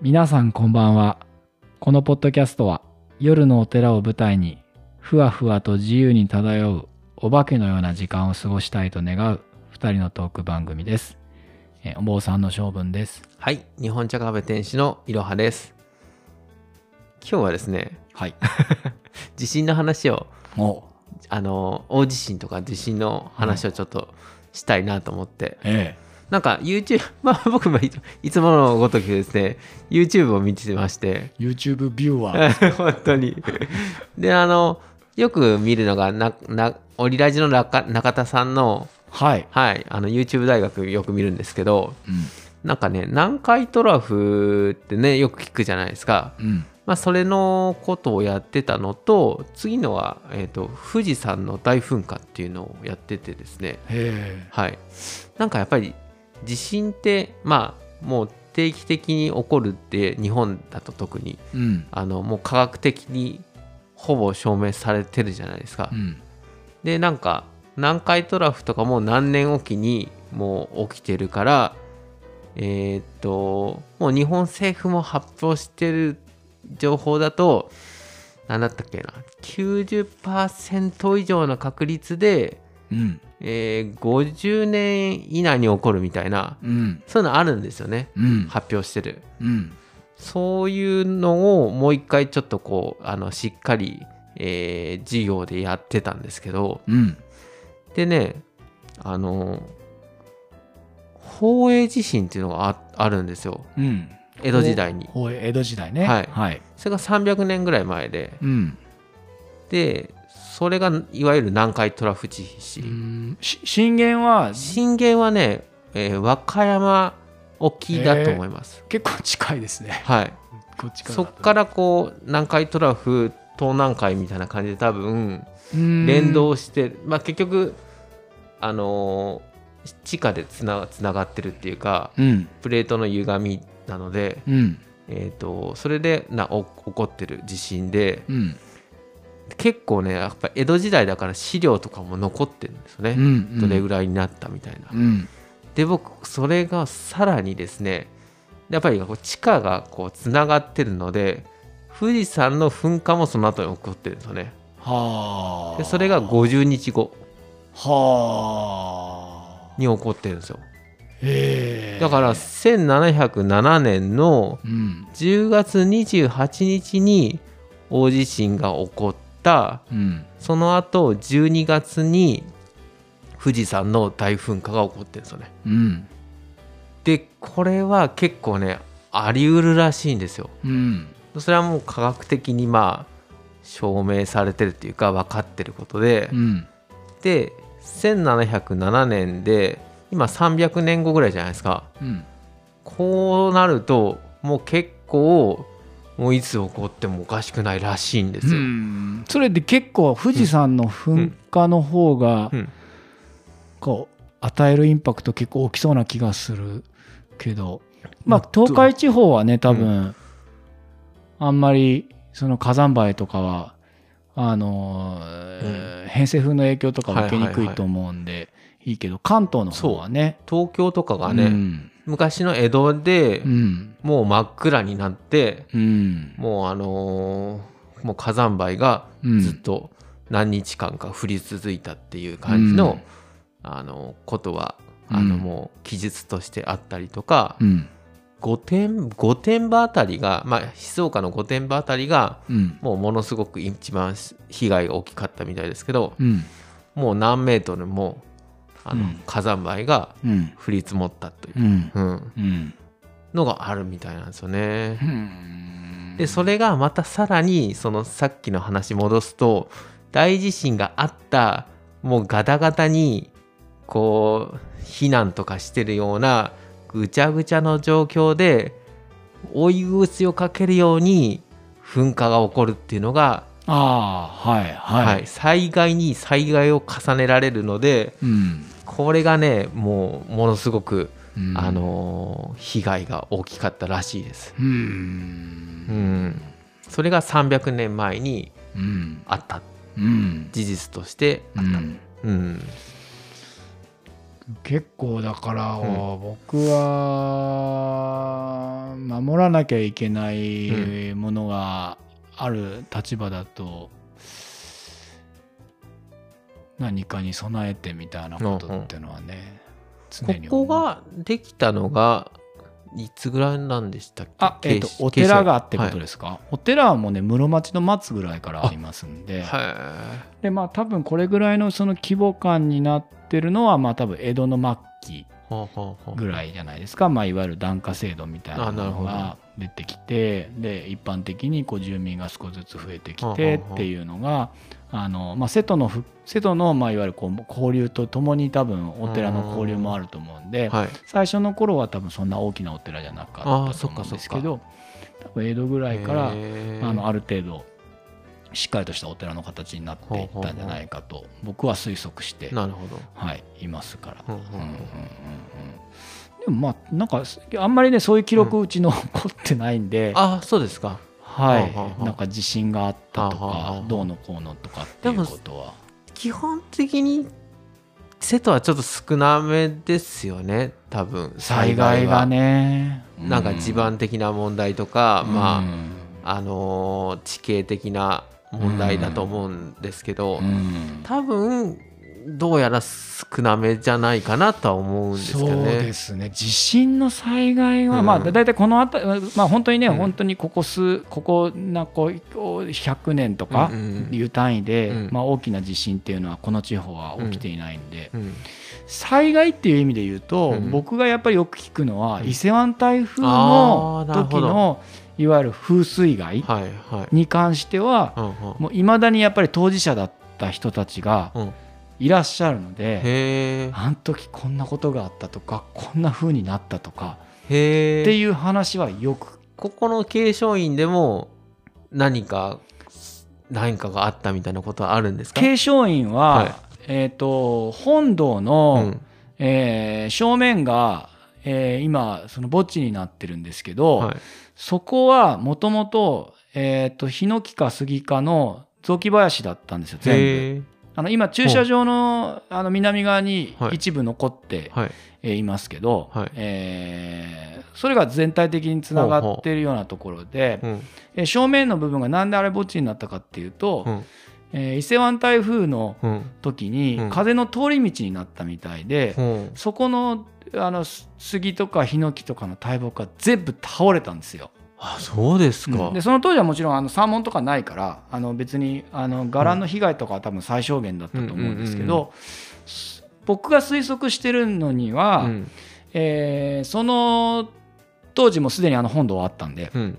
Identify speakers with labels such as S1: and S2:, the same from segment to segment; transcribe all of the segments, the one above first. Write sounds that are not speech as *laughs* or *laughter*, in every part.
S1: 皆さんこんばんはこのポッドキャストは夜のお寺を舞台にふわふわと自由に漂うお化けのような時間を過ごしたいと願う2人のトーク番組ですえーお坊さんの性分です
S2: はい、日本茶カフェ店主のいろはです。今日はですね、
S1: はい
S2: 地震の話を、
S1: *laughs* お
S2: あの、大地震とか地震の話をちょっとしたいなと思って、
S1: え
S2: なんか YouTube、ま *laughs* あ僕もいいつものごときですね、YouTube を見てまして、
S1: え YouTube ビューワー
S2: *laughs* 本当に。で、あの、よく見るのが、な、な、オリラジの中中田さんの、
S1: はい、
S2: はい、あの YouTube 大学よく見るんですけど、
S1: う
S2: なんかね、南海トラフってね、よく聞くじゃないですか。
S1: んうん、
S2: まあ、それのことをやってたのと次のは、えー、と富士山の大噴火っていうのをやっててですね
S1: へ
S2: はいなんかやっぱり地震ってまあもう定期的に起こるって日本だと特に
S1: えうん
S2: あのもう科学的にほぼ証明されてるじゃないですか、
S1: うん
S2: でなんか南海トラフとかも何年おきにもう起きてるからえーっともう日本政府も発表してる情報だと何だったっけな90%以上の確率で、
S1: うん
S2: えー50年以内に起こるみたいな
S1: うん
S2: そういうのあるんですよね
S1: うん
S2: 発表してる
S1: うん
S2: そういうのをもう一回ちょっとこうあのしっかり、えー授業でやってたんですけど
S1: うん
S2: でね、あの、宝永地震っていうのがああるんですよ。
S1: うん
S2: 江戸時代に。
S1: ほう江戸時代ね
S2: はい
S1: はい、
S2: それが300年ぐらい前で、
S1: うん
S2: で、それがいわゆる南海トラフ地
S1: う
S2: 震。
S1: んし震源は
S2: 震源はね、えー和歌山沖だと思います。
S1: 結構近いですね
S2: はい。
S1: こっちから
S2: そっからこう、南海トラフ、東南海みたいな感じで多分、連
S1: 連
S2: 動して、まあ結局、あのー地下でつなつながってるっていうか、
S1: うん
S2: プレートの歪みなので、
S1: うん
S2: えー、とそれでなお起こってる地震で
S1: うん
S2: 結構ねやっぱ江戸時代だから資料とかも残ってるんですよ
S1: う
S2: ね、
S1: ん
S2: どれぐ
S1: らい
S2: らいになったみたいな。
S1: うん
S2: で僕それがさらにですねやっぱりこう地下がこうつながってるので富士山の噴火もその後に起こってるんですよね。
S1: はあ
S2: でそれが50日後
S1: はあ
S2: に起こってるんですよ。
S1: へえ
S2: だから1707年の
S1: うん
S2: 10月28日に大地震が起こった
S1: うん
S2: その後12月に富士山の大噴火が起こってるんですよね
S1: うん
S2: でこれは結構ねあり得るらしいんですよ
S1: うん
S2: それはもう科学的にまあ証明されてるっていうか分かってることで、
S1: うん
S2: で1707年で今300年後ぐらいじゃないですか
S1: うん
S2: こうなるともう結構もういつ起こってもおかしくないらしいんですよ、
S1: うんそれで結構富士山の噴火の方が
S2: うん
S1: こう与えるインパクト結構大きそうな気がするけどまあ
S2: まあ
S1: 東海地方はね多分あんまりその火山灰とかはあのー偏西風の影響とかは受けにくいと思うんでいいけど関東の方はね
S2: 東京とかがね、
S1: うん
S2: 昔の江戸で、
S1: うん
S2: もう真っ暗になって
S1: うん
S2: もうあのーもう火山灰が
S1: うん
S2: ずっと何日間か降り続いたっていう感じの、あのことはあの
S1: うん
S2: もう記述としてあったりとか、
S1: うん
S2: 御殿御殿場あたりが、まあ、静岡の御殿場あたりが
S1: うん
S2: もうものすごく一番被害が大きかったみたいですけど、
S1: うん
S2: もう何メートルもあの
S1: うん
S2: 火山灰が
S1: うん
S2: 降り積もったという
S1: う、ん
S2: うん
S1: うん
S2: のがあるみたいなんですよね。
S1: うん
S2: でそれがまたさらにそのさっきの話戻すと大地震があったもうガタガタにこう避難とかしてるようなぐちゃぐちゃの状況で追い打ちをかけるように噴火が起こるっていうのが、
S1: ああはい
S2: はい
S1: はい
S2: 災害に災害を重ねられるので
S1: うん
S2: これがねもうものすごく、
S1: うん
S2: あのー被害が大きかったらしいです。
S1: う
S2: うんん、それが300年前に
S1: うん
S2: あった
S1: うん
S2: 事実として、
S1: うん
S2: うん、
S1: 結構だから、
S2: う
S1: 僕は守らなきゃいけないものがある立場だと、何かに備えてみたいなことってのはね、常に思
S2: こ
S1: う
S2: こができたのがいつぐらいなんでしたっけ
S1: あ、えっと
S2: 慶
S1: お寺があって
S2: 慶
S1: こ
S2: 祥
S1: とですか、お寺はもうね室町の末ぐらいからありますんで
S2: はい、
S1: でまあ多分これぐらいのその規模感になってるのはまあ多分江戸の末期
S2: ほうほうほう
S1: ぐらいじゃないですか、まあ、いわゆる檀家制度みたいな
S2: あなる
S1: の
S2: ほ
S1: が
S2: ど
S1: 出てきてで一般的にこう住民が少しずつ増えてき
S2: はあ
S1: て
S2: はあ
S1: っていうのがあの、まあ、瀬戸のふ瀬戸のまあいわゆるこう交流とともに多分お寺の交流もあると思うんで
S2: はい
S1: 最初の頃は多分そんな大きなお寺じゃなかっ
S2: あ
S1: たと
S2: そっ
S1: 思
S2: か
S1: うん
S2: そっか
S1: ですけど多分江戸ぐらいから
S2: へー
S1: あのある程度しっかりとしたお寺の形になっていったんじゃないかと僕は推測して、
S2: なるほど
S1: はい、いますから。
S2: ほうほ
S1: うんう
S2: う
S1: んうんうん
S2: ほ
S1: でもまあなんかあんまりねそういう記録うちの残ってないんで、
S2: うあそうですか
S1: はい、
S2: はあはあ
S1: なんか地震があったとか、
S2: はあはあはあ
S1: どうのこうのとかっていうことは
S2: 基本的に瀬戸はちょっと少なめですよね多分
S1: 災害がね
S2: なんか地盤的な問題とか、まあ、あのー地形的な問題だと思うんですけど、
S1: あうん
S2: 多分どうやら少なめじゃないかなとは思うんですけ
S1: そう
S2: ど
S1: で
S2: ね。
S1: すね地震の災害は、
S2: うん
S1: まあだいたいこのあたりまあ本当にね、
S2: うん
S1: 本当にここ数ここなんかこう100年とか
S2: うんうんうん
S1: いう単位で、
S2: うん
S1: まあ、大きな地震っていうのはこの地方は起きていないんで、
S2: うん
S1: 災害っていう意味で言うと、
S2: うん
S1: 僕がやっぱりよく聞くのは、
S2: うん
S1: 伊勢湾台風の
S2: あーなる
S1: 時
S2: ほど
S1: のいわゆる風水害
S2: はいはい。
S1: に関しては
S2: うんうん
S1: もういまだにやっぱり当事者だった人たちが
S2: うん
S1: いらっしゃるので、
S2: へー
S1: あの時こんなことがあったとかこんな風になったとか
S2: へ
S1: って
S2: ー
S1: いう話はよく
S2: ここの継承院でも何か何かがあったみたいなことはあるんですか
S1: 継承院は、
S2: はい
S1: えー、と本堂
S2: う
S1: の、
S2: ん
S1: えー正面が、えー今その墓地になってるんですけど、
S2: はい
S1: そこはもともと、えっ、と、ヒノキかスギかの雑木林だったんですよ、全部。
S2: へー
S1: あの、今、駐車場の、あの、南側に
S2: はい
S1: 一部残って、
S2: はい
S1: えーいますけど、
S2: はい
S1: えーそれが全体的につながってるようなところで、
S2: うん
S1: えー正面の部分がなんであれ墓地になったかっていうと、
S2: うん
S1: えー伊勢湾台風の
S2: うん
S1: 時に、
S2: うん
S1: 風の通り道になったみたいで、
S2: うん
S1: そこの、あの、す杉とかヒノキとかの大木が全部倒れたんですよ。
S2: あそうです
S1: うん
S2: か
S1: でその当時はもちろんあのサーモンとかないからあの別にあの柄の被害とかは多分最小限だったと思うんですけど、
S2: うんうん
S1: す僕が推測してるのには、
S2: うん
S1: えーその当時もすでにあの本堂はあったんで
S2: うん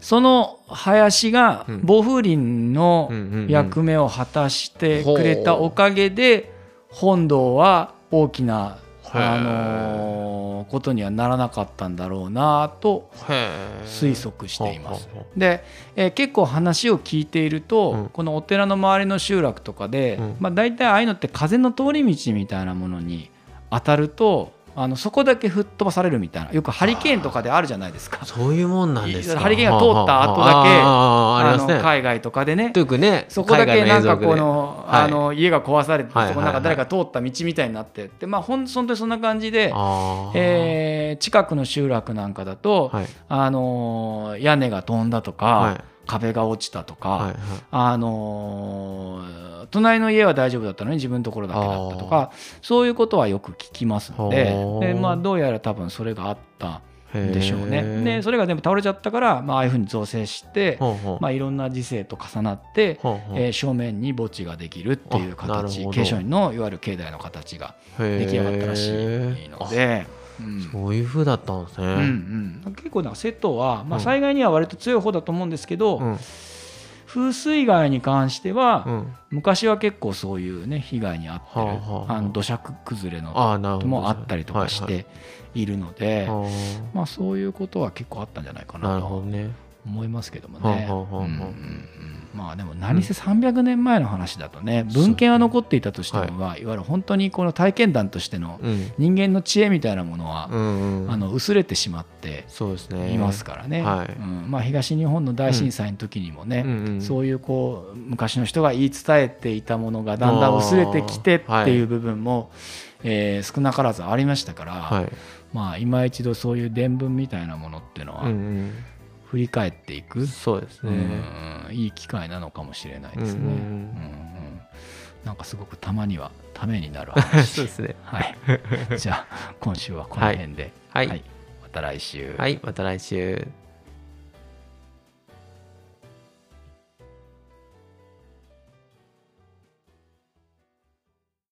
S1: その林が
S2: うん
S1: 暴風林の
S2: うんうんうん
S1: 役目を果たしてくれたおかげで本堂は大きな、
S2: へー
S1: あのーことにはならなかったんだろうなと
S2: へー
S1: 推測しています
S2: ほうほうほ
S1: で、えー結構話を聞いていると、
S2: うん
S1: このお寺の周りの集落とかで、
S2: うん
S1: まあ、大体ああいうのって風の通り道みたいなものに当たるとあのそこだけ吹っ飛ばされるみたいなよくハリケーンとかであるじゃないですか
S2: う。そういうもんなんですか
S1: ハリケーンが通った後だけ
S2: あああああります
S1: の
S2: ね
S1: 海外とかでね
S2: よくね
S1: そこだけ
S2: 海外
S1: なん
S2: 映像
S1: か
S2: で
S1: この,、
S2: はい
S1: あの家が壊されて、
S2: はい
S1: そこなんか誰か通った道みたいになってで、まあ、ほん本当にそんな感じで、
S2: あー
S1: えー近くの集落なんかだと、
S2: はい
S1: あのー屋根が飛んだとか、
S2: はい
S1: 壁が落ちたとか、
S2: はいはい
S1: あのー隣の家は大丈夫だったのに自分のところだけだったと
S2: あ
S1: かそういうことはよく聞きますので
S2: ほう
S1: で、まあ、どうやら多分それがあった
S2: へ
S1: ん
S2: ー
S1: でしょうね。でそれが全部倒れちゃったから、まあああいうふうに造成して、
S2: ほうほう
S1: まあ、いろんな時世と重なって、
S2: ほうほう
S1: えー正面に墓地ができるっていう
S2: あなる
S1: 形
S2: ほど
S1: 継承院のいわゆる境内の形が
S2: 出
S1: 出来上がったらしいので。うん
S2: そういう風だったんですね、
S1: うんうん、結構なんか瀬戸は、まあ、
S2: うん
S1: 災害には割と強い方だと思うんですけど、
S2: うん
S1: 風水害に関しては、
S2: うん
S1: 昔は結構そういうね被害に遭ってる、
S2: はあはあ
S1: あの土砂崩れの
S2: ああなるほど
S1: もあったりとかしているので、
S2: はいはいあ
S1: まあそういうことは結構あったんじゃないか
S2: ーな
S1: な
S2: るほど
S1: と
S2: ね
S1: 思いますけどもね。
S2: はあはあはあはあ
S1: うんうんうんまあでも何せ300年前の話だとね、文献は残っていたとしても、
S2: そうです
S1: まあいわゆる本当にこの体験談としての
S2: うん
S1: 人間の知恵みたいなものは、
S2: うんうん
S1: あの薄れてしまって
S2: そうですね
S1: いますからね、
S2: はい
S1: うんまあ、東日本の大震災の時にもね、
S2: うんうん
S1: そういうこう昔の人が言い伝えていたものがだんだん薄れてきてっていう部分もえー少なからずありましたから、
S2: はい
S1: まあ今一度そういう伝聞みたいなものっていうの
S2: うん
S1: は振り返っていく、
S2: うん、そうです
S1: う
S2: ね、
S1: んいい機会なのかもしれないですね。
S2: うんうんう
S1: う
S2: ん
S1: んうんなんかすごくたまにはためになる話
S2: *laughs* そうですね
S1: はい、じゃあ今週はこの辺で、
S2: はい
S1: また来週。
S2: はいまた来週